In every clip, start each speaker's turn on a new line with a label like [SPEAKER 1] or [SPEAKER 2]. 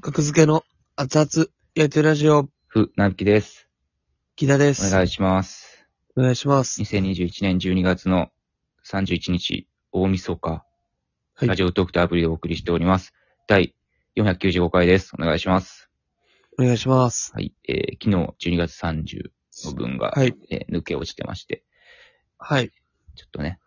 [SPEAKER 1] 格付けの熱々野球ラジオ、
[SPEAKER 2] ふ、なびきです。
[SPEAKER 1] 木田で
[SPEAKER 2] お
[SPEAKER 1] す。
[SPEAKER 2] 願いします。
[SPEAKER 1] お願いします。
[SPEAKER 2] 2021年12月の31日、大晦日、
[SPEAKER 1] はい
[SPEAKER 2] ラジオトークとアプリでお送りしております。第495回です。お願いします。
[SPEAKER 1] お願いします。
[SPEAKER 2] はい。えー、昨日12月30の分が、
[SPEAKER 1] はい。
[SPEAKER 2] えー抜け落ちてまして、
[SPEAKER 1] はい。
[SPEAKER 2] ちょっとね、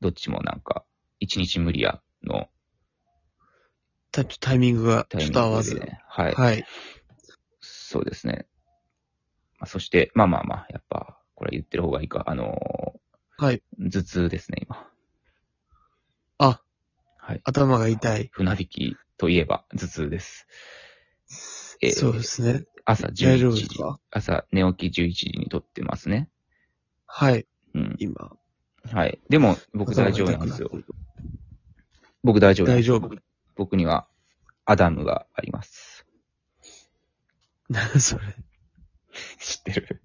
[SPEAKER 2] どっちもなんか、1日無理やの
[SPEAKER 1] タタイミングが
[SPEAKER 2] タ
[SPEAKER 1] ちょ
[SPEAKER 2] イ
[SPEAKER 1] っ
[SPEAKER 2] ミ
[SPEAKER 1] と合
[SPEAKER 2] ン
[SPEAKER 1] わ
[SPEAKER 2] グ
[SPEAKER 1] ず
[SPEAKER 2] で、。ね、はい。
[SPEAKER 1] はい。
[SPEAKER 2] そうですね。まあ、そして、まあまあまあ、やっぱ、これ言ってる方がいいか、あの
[SPEAKER 1] はい。
[SPEAKER 2] ー頭痛ですね、今。
[SPEAKER 1] あ、
[SPEAKER 2] はい。
[SPEAKER 1] 頭が痛い。
[SPEAKER 2] 船引きといえば頭痛です。えー
[SPEAKER 1] そうですね。
[SPEAKER 2] 朝11時。
[SPEAKER 1] 大丈夫ですか
[SPEAKER 2] 朝寝起き11時に撮ってますね。
[SPEAKER 1] はい。
[SPEAKER 2] うん。
[SPEAKER 1] 今。
[SPEAKER 2] はい。でも、僕大丈夫なんですよ。僕大丈夫な
[SPEAKER 1] 大
[SPEAKER 2] んです。
[SPEAKER 1] 丈夫。
[SPEAKER 2] 僕には、アダムがあります。
[SPEAKER 1] 何 それ。
[SPEAKER 2] 知ってる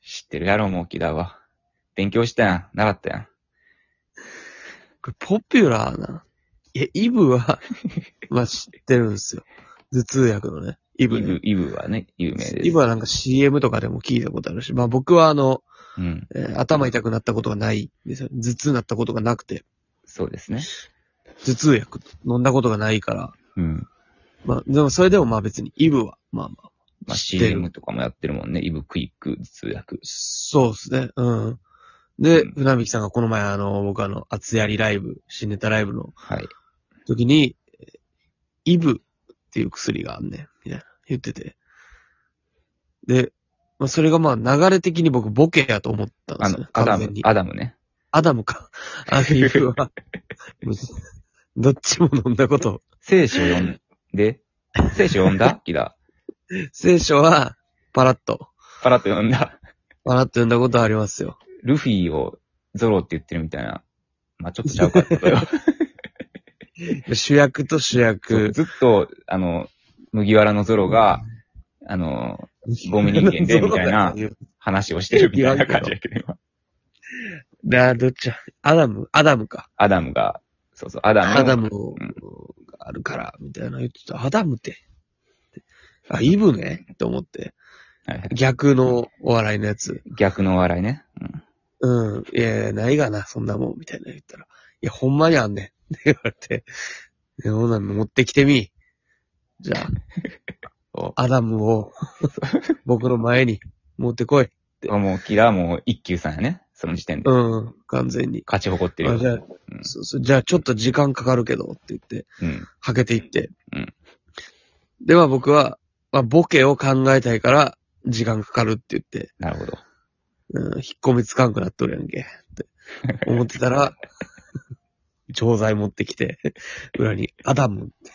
[SPEAKER 2] 知ってるやろ、もう木田は。勉強したやん。習ったやん。
[SPEAKER 1] これポピュラーな。いや、イブ は、まあ知ってるんですよ。頭痛薬のね。イ
[SPEAKER 2] イ
[SPEAKER 1] ブ
[SPEAKER 2] ブ
[SPEAKER 1] ね。、
[SPEAKER 2] イブはね、有名です。
[SPEAKER 1] イブはなんか CM とかでも聞いたことあるし、まあ僕はあの、
[SPEAKER 2] うん。
[SPEAKER 1] えー頭痛くなったことがないんですよ。頭痛になったことがなくて、
[SPEAKER 2] そうですね。
[SPEAKER 1] 頭痛薬飲んだことがないから、
[SPEAKER 2] うん。
[SPEAKER 1] まあ、でもそれでもまあ別に、イブは、まあまあ、
[SPEAKER 2] まあ、
[SPEAKER 1] 知ってる
[SPEAKER 2] CM とかもやってるもんね。イブクイック頭痛薬。
[SPEAKER 1] そうですね、うん。で、
[SPEAKER 2] うん
[SPEAKER 1] 船引さんがこの前あの、僕あの、厚やりライブ、新ネタライブの
[SPEAKER 2] はい。
[SPEAKER 1] 時に、えイブっていう薬があんねん、みたいな、言ってて。で、まあそれがまあ流れ的に僕ボケやと思ったんで
[SPEAKER 2] あ
[SPEAKER 1] すよ
[SPEAKER 2] の
[SPEAKER 1] ね、、
[SPEAKER 2] アダ
[SPEAKER 1] 完
[SPEAKER 2] ム
[SPEAKER 1] 全に、。
[SPEAKER 2] アダムね。
[SPEAKER 1] アダム か。あの、イブは。 どっちも飲んだこと。
[SPEAKER 2] 聖書読んで、聖書読 んだキラ。
[SPEAKER 1] 聖書は、パラッと、
[SPEAKER 2] パラッと読んだ。
[SPEAKER 1] パラッと読んだことあります よ。
[SPEAKER 2] ルフィをゾロって言ってるみたいな。まあ、ちょっとちゃうかった けど
[SPEAKER 1] 主役と主
[SPEAKER 2] そう
[SPEAKER 1] 役。
[SPEAKER 2] ずっと、あの、麦わらのゾロが、あの、ゴミ人間でみたいな話をしてるみたいな感じだけど、今
[SPEAKER 1] な、どっちやアダム、アダムか。
[SPEAKER 2] アダムが、そうそう、アダム。
[SPEAKER 1] アダム
[SPEAKER 2] うん
[SPEAKER 1] があるから、みたいな言ってた。アダムって。あ、イブねと思って。
[SPEAKER 2] はいはい
[SPEAKER 1] 逆のお笑いのやつ。
[SPEAKER 2] 逆のお笑いね。うん
[SPEAKER 1] うん。いやいや、ないがな、そんなもん、みたいな言ったら。いや、ほんまにあんねん。って言われて。でほんなら持ってきてみ。じゃ
[SPEAKER 2] お
[SPEAKER 1] あ、アダムを僕の前に持ってこい。
[SPEAKER 2] あもう、キラーもう一休さんやね。その時点で。
[SPEAKER 1] うん、完全に。
[SPEAKER 2] 勝ち誇ってるよ。
[SPEAKER 1] あじゃあ
[SPEAKER 2] うん
[SPEAKER 1] そうそう、じゃあちょっと時間かかるけどって言って、
[SPEAKER 2] うん。
[SPEAKER 1] はけていって。
[SPEAKER 2] うん
[SPEAKER 1] で、まあ僕は、まあボケを考えたいから、時間かかるって言って、
[SPEAKER 2] なるほど。
[SPEAKER 1] うん、引っ込みつかんくなっとるやんけ、って思ってた ら、錠剤持ってきて、裏に、アダムって。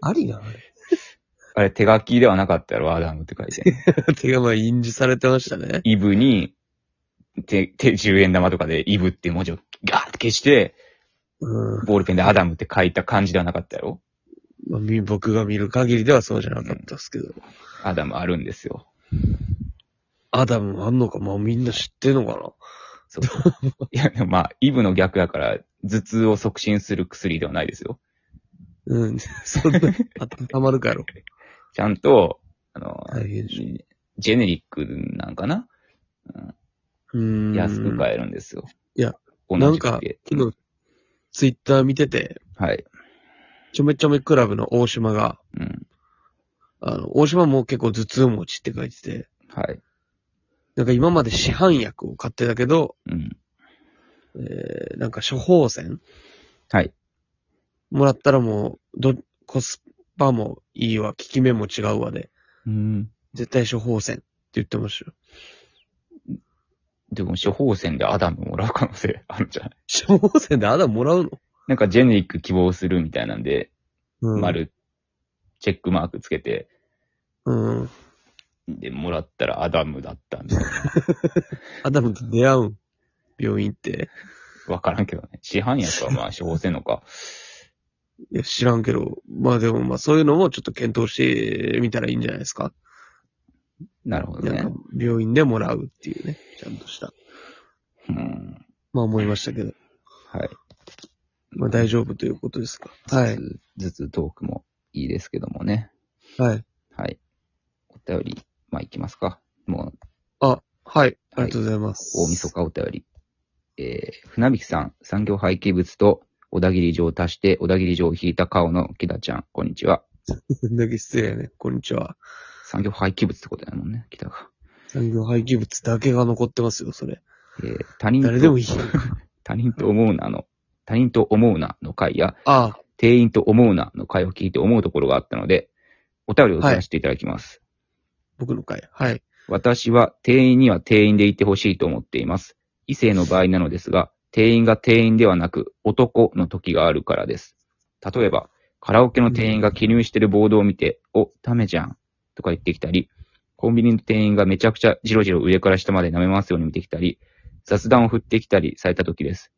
[SPEAKER 1] ありなあれ
[SPEAKER 2] あれ、手書きではなかったやろ、アダムって書いて。
[SPEAKER 1] 手がまあ印字されてましたね。
[SPEAKER 2] イブに、手、手、10円玉とかでイブっていう文字をガーって消して、
[SPEAKER 1] うん。
[SPEAKER 2] ボールペンでアダムって書いた感じではなかったやろ
[SPEAKER 1] まあみ僕が見る限りではそうじゃなかったですけど。
[SPEAKER 2] アダムあるんですよ。
[SPEAKER 1] アダムあんのかまあみんな知ってんのかな
[SPEAKER 2] そうそう。いや、でもまあ、イブの逆やから、頭痛を促進する薬ではないですよ。
[SPEAKER 1] うん。 そんな、たまるかやろ。
[SPEAKER 2] ちゃんと、あの、
[SPEAKER 1] 大変でし
[SPEAKER 2] ジェネリックなんかな
[SPEAKER 1] ょ。うん。
[SPEAKER 2] 安く買えるんですよ。
[SPEAKER 1] いや、
[SPEAKER 2] 同
[SPEAKER 1] なん
[SPEAKER 2] じ
[SPEAKER 1] か
[SPEAKER 2] くて、
[SPEAKER 1] 昨日、ツイッター見てて、
[SPEAKER 2] はい。
[SPEAKER 1] ちょめちょめクラブの大島が、
[SPEAKER 2] うん。
[SPEAKER 1] あの、大島も結構頭痛持ちって書いてて、
[SPEAKER 2] はい。
[SPEAKER 1] なんか今まで市販薬を買ってたけど、
[SPEAKER 2] うん。
[SPEAKER 1] えー、なんか処方箋
[SPEAKER 2] はい。
[SPEAKER 1] もらったらもう、ど、コスパもいいわ、効き目も違うわで、
[SPEAKER 2] うん。
[SPEAKER 1] 絶対処方箋って言ってましたよ。
[SPEAKER 2] でも、処方箋でアダムもらう可能性あるんじゃない
[SPEAKER 1] 処 方箋であだもらうの
[SPEAKER 2] なんかジェネリック希望するみたいなんで、
[SPEAKER 1] うん。
[SPEAKER 2] 丸、チェックマークつけて、
[SPEAKER 1] うん。
[SPEAKER 2] で、もらったらアダムだったん で、
[SPEAKER 1] アダムと出会うん病院って。
[SPEAKER 2] わからんけどね。市販薬はまあ処方箋のか。
[SPEAKER 1] いや、知らんけど。まあでもまあそういうのもちょっと検討してみたらいいんじゃないですか。
[SPEAKER 2] なるほど
[SPEAKER 1] な
[SPEAKER 2] ね
[SPEAKER 1] ん。か病院でもらうっていうね、ちゃんとした。
[SPEAKER 2] うん。
[SPEAKER 1] まあ思いましたけど。
[SPEAKER 2] はい。
[SPEAKER 1] まあ大丈夫ということですか。はい。
[SPEAKER 2] 頭痛トークもいいですけどもね。
[SPEAKER 1] はい。
[SPEAKER 2] はい。お便り、まあ、いきますか。もう、
[SPEAKER 1] あ、はい。ありがとうございます。
[SPEAKER 2] 大晦日お便り。えー、船引さん、産業廃棄物と小田切城を足して、小田切城を引いた顔の木田ちゃん、こんにちは。
[SPEAKER 1] こ んだけ失礼やね。こんにちは。
[SPEAKER 2] 産業廃棄物ってことだもんね、木田が。
[SPEAKER 1] 産業廃棄物だけが残ってますよ、それ。
[SPEAKER 2] えー、他人と
[SPEAKER 1] 誰で もいい。
[SPEAKER 2] 他人と思うなの、他人と思うなの回や、
[SPEAKER 1] あ
[SPEAKER 2] 店員と思うなの回を聞いて思うところがあったので、お便りを出させていただきます。
[SPEAKER 1] 僕の回。はい。
[SPEAKER 2] 私は店員には店員でいてほしいと思っています。異性の場合なのですが、店員が店員ではなく男の時があるからです。例えば、カラオケの店員が記入してるボードを見て、お、ダメじゃん、とか言ってきたり、コンビニの店員がめちゃくちゃジロジロ上から下まで舐め回すように見てきたり、雑談を振ってきたりされた時です。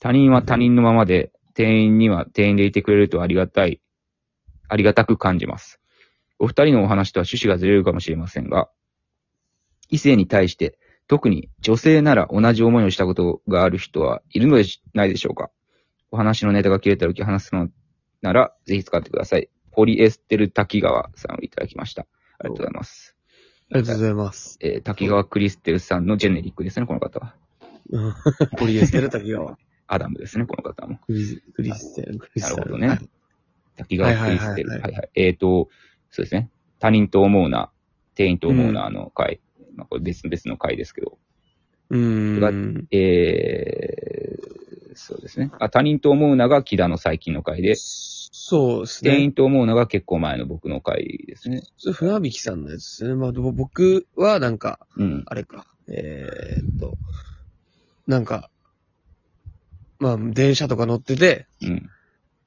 [SPEAKER 2] 他人は他人のままで、店員には店員でいてくれるとありがたい、ありがたく感じます。お二人のお話とは趣旨がずれるかもしれませんが、異性に対して、特に女性なら同じ思いをしたことがある人はいるのでしないでしょうかお話のネタが切れた時話すのなら、ぜひ使ってください。ポリエステル滝川さんをいただきました。ありがとうございます。
[SPEAKER 1] ありがとうございます。
[SPEAKER 2] えー滝川クリステルさんのジェネリックですね、この方は。
[SPEAKER 1] うん ポリエステル滝川。
[SPEAKER 2] アダムですね、この方も。
[SPEAKER 1] クリス、クリステル、クリ
[SPEAKER 2] な
[SPEAKER 1] ステ
[SPEAKER 2] るほ
[SPEAKER 1] ル。
[SPEAKER 2] どね。滝川クリステル。
[SPEAKER 1] は
[SPEAKER 2] はいい
[SPEAKER 1] は
[SPEAKER 2] はいい。えっと、そうですね。他人と思うな、店員と思うな、あの回。まあ、これ別々の回ですけど。
[SPEAKER 1] うーん。
[SPEAKER 2] えー、そうですね。あ、他人と思うなが木田の最近の回で、
[SPEAKER 1] そうです
[SPEAKER 2] 店
[SPEAKER 1] ね。
[SPEAKER 2] 員と思うなが結構前の僕の回ですね。
[SPEAKER 1] 船引さんのやつですね。まあ、でも僕はなんか、
[SPEAKER 2] うん。
[SPEAKER 1] あれか、えーっと、なんか、まあ、電車とか乗ってて、
[SPEAKER 2] うん。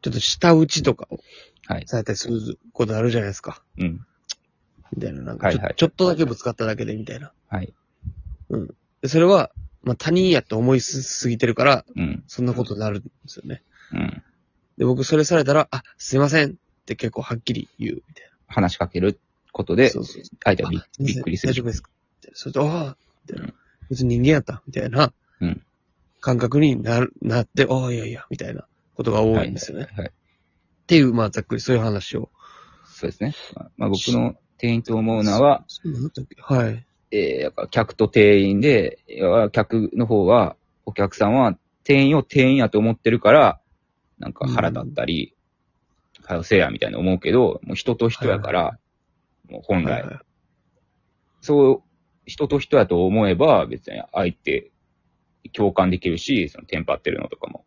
[SPEAKER 1] ちょっと下打ちとかを
[SPEAKER 2] はい。
[SPEAKER 1] されたりすることあるじゃないですか。
[SPEAKER 2] うん。
[SPEAKER 1] みたいな、なんかちょ、
[SPEAKER 2] はいはい
[SPEAKER 1] ちょっとだけぶつかっただけで、みたいな。
[SPEAKER 2] はい。
[SPEAKER 1] でそれは、まあ、他人やって思いすすぎてるから、
[SPEAKER 2] うん。
[SPEAKER 1] そんなことになるんですよね。
[SPEAKER 2] うん。
[SPEAKER 1] で、僕、それされたら、あ、すいませんって結構はっきり言う、みたいな。
[SPEAKER 2] 話しかけることで、
[SPEAKER 1] そうそう
[SPEAKER 2] 相手はび
[SPEAKER 1] あ
[SPEAKER 2] びっくりする
[SPEAKER 1] 大丈夫ですかみたいなそれと、ああ、みたいな
[SPEAKER 2] うん。
[SPEAKER 1] 別に人間やった、みたいな
[SPEAKER 2] うん。
[SPEAKER 1] 感覚になるなって、ああ、いやいや、みたいなことが多いんですよね。
[SPEAKER 2] はいはいはい。
[SPEAKER 1] っていう、まあ、ざっくりそういう話を。
[SPEAKER 2] そうですね。まあ、僕の店員と思うなは、
[SPEAKER 1] そうなんだったっけはい。
[SPEAKER 2] えー、やっぱ客と店員で、要は客の方は、お客さんは店員を店員やと思ってるから、なんか腹立ったり、はよせやみたいな思うけど、もう人と人やから、もう本来、
[SPEAKER 1] はいはい
[SPEAKER 2] そう、人と人やと思えば、別に相手、共感できるし、そのテンパってるのとかも、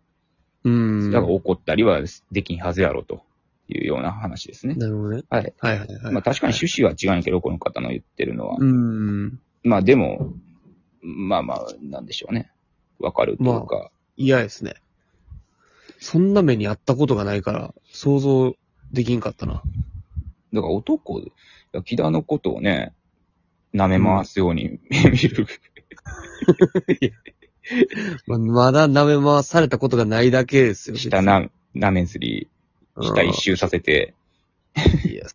[SPEAKER 1] うん。
[SPEAKER 2] だから怒ったりはできんはずやろというような話ですね。
[SPEAKER 1] なるほどね。
[SPEAKER 2] はい。
[SPEAKER 1] はいはいはい。
[SPEAKER 2] まあ確かに趣旨は違うんやけど、この方の言ってるのは。
[SPEAKER 1] うん。
[SPEAKER 2] まあでも、まあまあ、なんでしょうね。わかるというか、
[SPEAKER 1] 嫌ですね。そんな目にあったことがないから、想像できんかったな。
[SPEAKER 2] だから男、いや木田のことをね、舐め回すように 見る。
[SPEAKER 1] まあまだ舐め回されたことがないだけですよ。別に
[SPEAKER 2] 下な、舐めずり、下一周させて、
[SPEAKER 1] うんいや、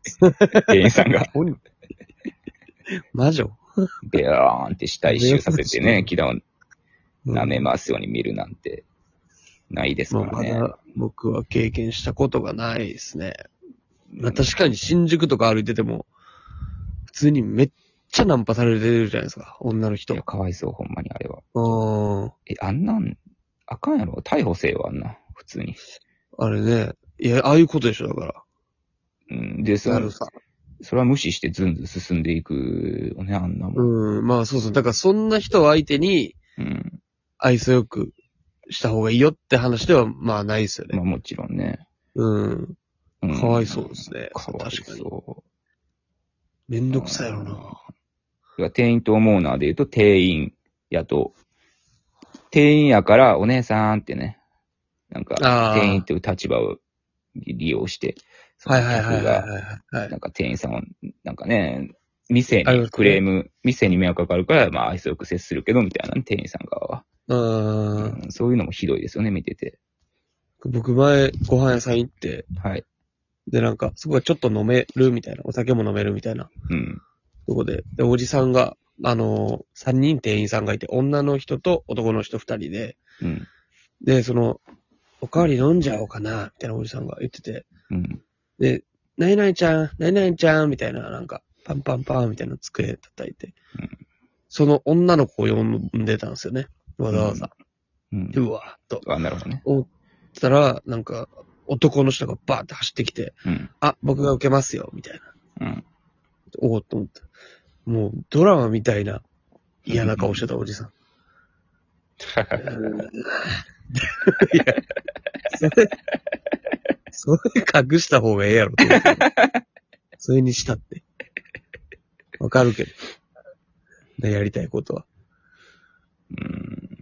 [SPEAKER 2] 店員さ んが、
[SPEAKER 1] ほ ん魔女
[SPEAKER 2] ベアーンって下一周させてね、木田を
[SPEAKER 1] うん
[SPEAKER 2] 舐め回すように見るなんて、ないですか
[SPEAKER 1] まあ、
[SPEAKER 2] ら
[SPEAKER 1] ま
[SPEAKER 2] ね。
[SPEAKER 1] だ僕は経験したことがないですね。まあ、
[SPEAKER 2] うん
[SPEAKER 1] 確かに新宿とか歩いてても、普通にめっちゃナンパされてるじゃないですか、女の人
[SPEAKER 2] いや。かわいそう、ほんまにあれは。
[SPEAKER 1] うん。
[SPEAKER 2] え、あんなん、あかんやろ。逮捕せえわ、あんな、普通に。
[SPEAKER 1] あれね。いや、ああいうことでしょ、だか
[SPEAKER 2] うん、で、そ
[SPEAKER 1] ら。な
[SPEAKER 2] の
[SPEAKER 1] るさ。
[SPEAKER 2] それは無視してずんずん進んでいくよね、あんなもん。
[SPEAKER 1] うん。まあそうそう。だからそんな人を相手に
[SPEAKER 2] うん。
[SPEAKER 1] 愛想よくした方がいいよって話では、まあないですよ
[SPEAKER 2] ま
[SPEAKER 1] ね
[SPEAKER 2] あ。もちろんね。
[SPEAKER 1] うん。
[SPEAKER 2] うん
[SPEAKER 1] かわいそうですね
[SPEAKER 2] かわい
[SPEAKER 1] 確
[SPEAKER 2] そ
[SPEAKER 1] めん
[SPEAKER 2] う。
[SPEAKER 1] どくさいよな。
[SPEAKER 2] な。店員と思うのはで言うと、店員やと、店員やからお姉さんってね、なんか、
[SPEAKER 1] あー
[SPEAKER 2] 店員という立場を利用して、その
[SPEAKER 1] はいはいはい
[SPEAKER 2] 客
[SPEAKER 1] はい
[SPEAKER 2] が、
[SPEAKER 1] はいはい。
[SPEAKER 2] なんか店員さんを、なんかね、店
[SPEAKER 1] あります
[SPEAKER 2] に
[SPEAKER 1] ね
[SPEAKER 2] クレーム、店に迷惑かかるから、まあ愛想よく接するけど、みたいなね、店員さん側は。
[SPEAKER 1] うん。
[SPEAKER 2] うんそういうのもひどいですよね、見てて。
[SPEAKER 1] 僕前、ご飯屋さん行って、
[SPEAKER 2] はい。
[SPEAKER 1] でなんか、そこがちょっと飲めるみたいな、お酒も飲めるみたいな
[SPEAKER 2] うん。
[SPEAKER 1] とこで、で、おじさんが、あのー、3人店員さんがいて、女の人と男の人2人で、
[SPEAKER 2] うん。
[SPEAKER 1] で、その、おかわり飲んじゃおうかな、みたいなおじさんが言ってて、
[SPEAKER 2] うん。
[SPEAKER 1] で、何々ちゃん、何々ちゃん、みたいな、なんか、パンパンパンみたいな机叩いて
[SPEAKER 2] うん、
[SPEAKER 1] その女の子を呼んでたんですよね。わざわざ。
[SPEAKER 2] うん
[SPEAKER 1] う。わーっと。
[SPEAKER 2] あ、なるほどね。
[SPEAKER 1] 思ったら、なんか、男の人がバーって走ってきて、
[SPEAKER 2] うん。
[SPEAKER 1] あ、僕が受けますよ、みたいな。
[SPEAKER 2] うん。
[SPEAKER 1] おおっと思った。もう、ドラマみたいな嫌な顔してたおじさん。うんいや、それ、それ隠した方がええやろと思って。それにしたって。わかるけど。ねやりたいことは。
[SPEAKER 2] うん。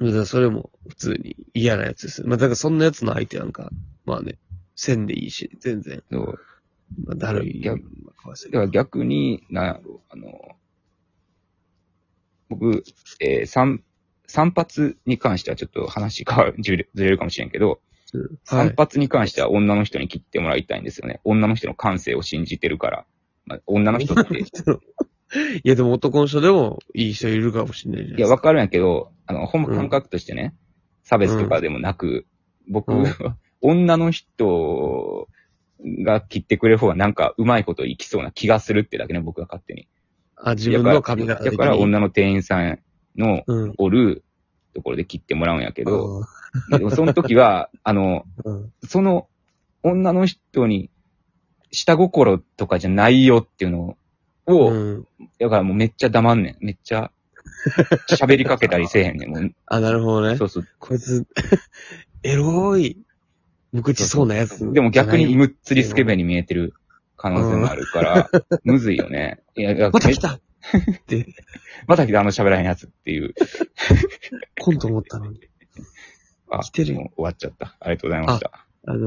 [SPEAKER 1] だからそれも普通に嫌なやつです。まあ、だからそんなやつの相手なんか、まあね、線でいいし、全然、
[SPEAKER 2] そう。
[SPEAKER 1] まあ、だるい。
[SPEAKER 2] いや
[SPEAKER 1] 顔して
[SPEAKER 2] で
[SPEAKER 1] る
[SPEAKER 2] は逆に、なんやろう、あの、僕、えー、散、散髪に関してはちょっと話がずれずれるかもしれんけど、
[SPEAKER 1] は
[SPEAKER 2] 散
[SPEAKER 1] い。
[SPEAKER 2] 髪に関しては女の人に切ってもらいたいんですよね。女の人の感性を信じてるから。まあ、女の 人って、
[SPEAKER 1] いや、でも男の人でもいい人いるかもしれないじゃない
[SPEAKER 2] い
[SPEAKER 1] で
[SPEAKER 2] や、
[SPEAKER 1] すか。
[SPEAKER 2] わかるんやけど、あの、ほんま
[SPEAKER 1] うん
[SPEAKER 2] 感覚としてね、差別とかでもなく、僕、
[SPEAKER 1] うん
[SPEAKER 2] 女の人が切ってくれる方がなんかうまいこといきそうな気がするってだけね、僕が勝手に。
[SPEAKER 1] あ、自分の髪型
[SPEAKER 2] だから女の店員さんの
[SPEAKER 1] うん。
[SPEAKER 2] おるところで切ってもらうんやけど、
[SPEAKER 1] あ
[SPEAKER 2] でもその時は、 あの、
[SPEAKER 1] ーうん
[SPEAKER 2] その女の人に下心とかじゃないよっていうのを、
[SPEAKER 1] うん。
[SPEAKER 2] だからもうめっちゃ黙んねん。めっちゃ喋りかけたりせえへんねん。 もう
[SPEAKER 1] あ、なるほどね
[SPEAKER 2] そ。うそう。
[SPEAKER 1] こいつ、 エロい、無口そうなやつ。
[SPEAKER 2] でも逆に、むっつりスケベに見えてる可能性もある から、むずいよね。いや、いや
[SPEAKER 1] また来た
[SPEAKER 2] また来たあの喋らへんやつっていう。
[SPEAKER 1] 今度思ったのに。
[SPEAKER 2] あ、
[SPEAKER 1] 来てるよ
[SPEAKER 2] もう終わっちゃった。ありがとうございました。
[SPEAKER 1] あの、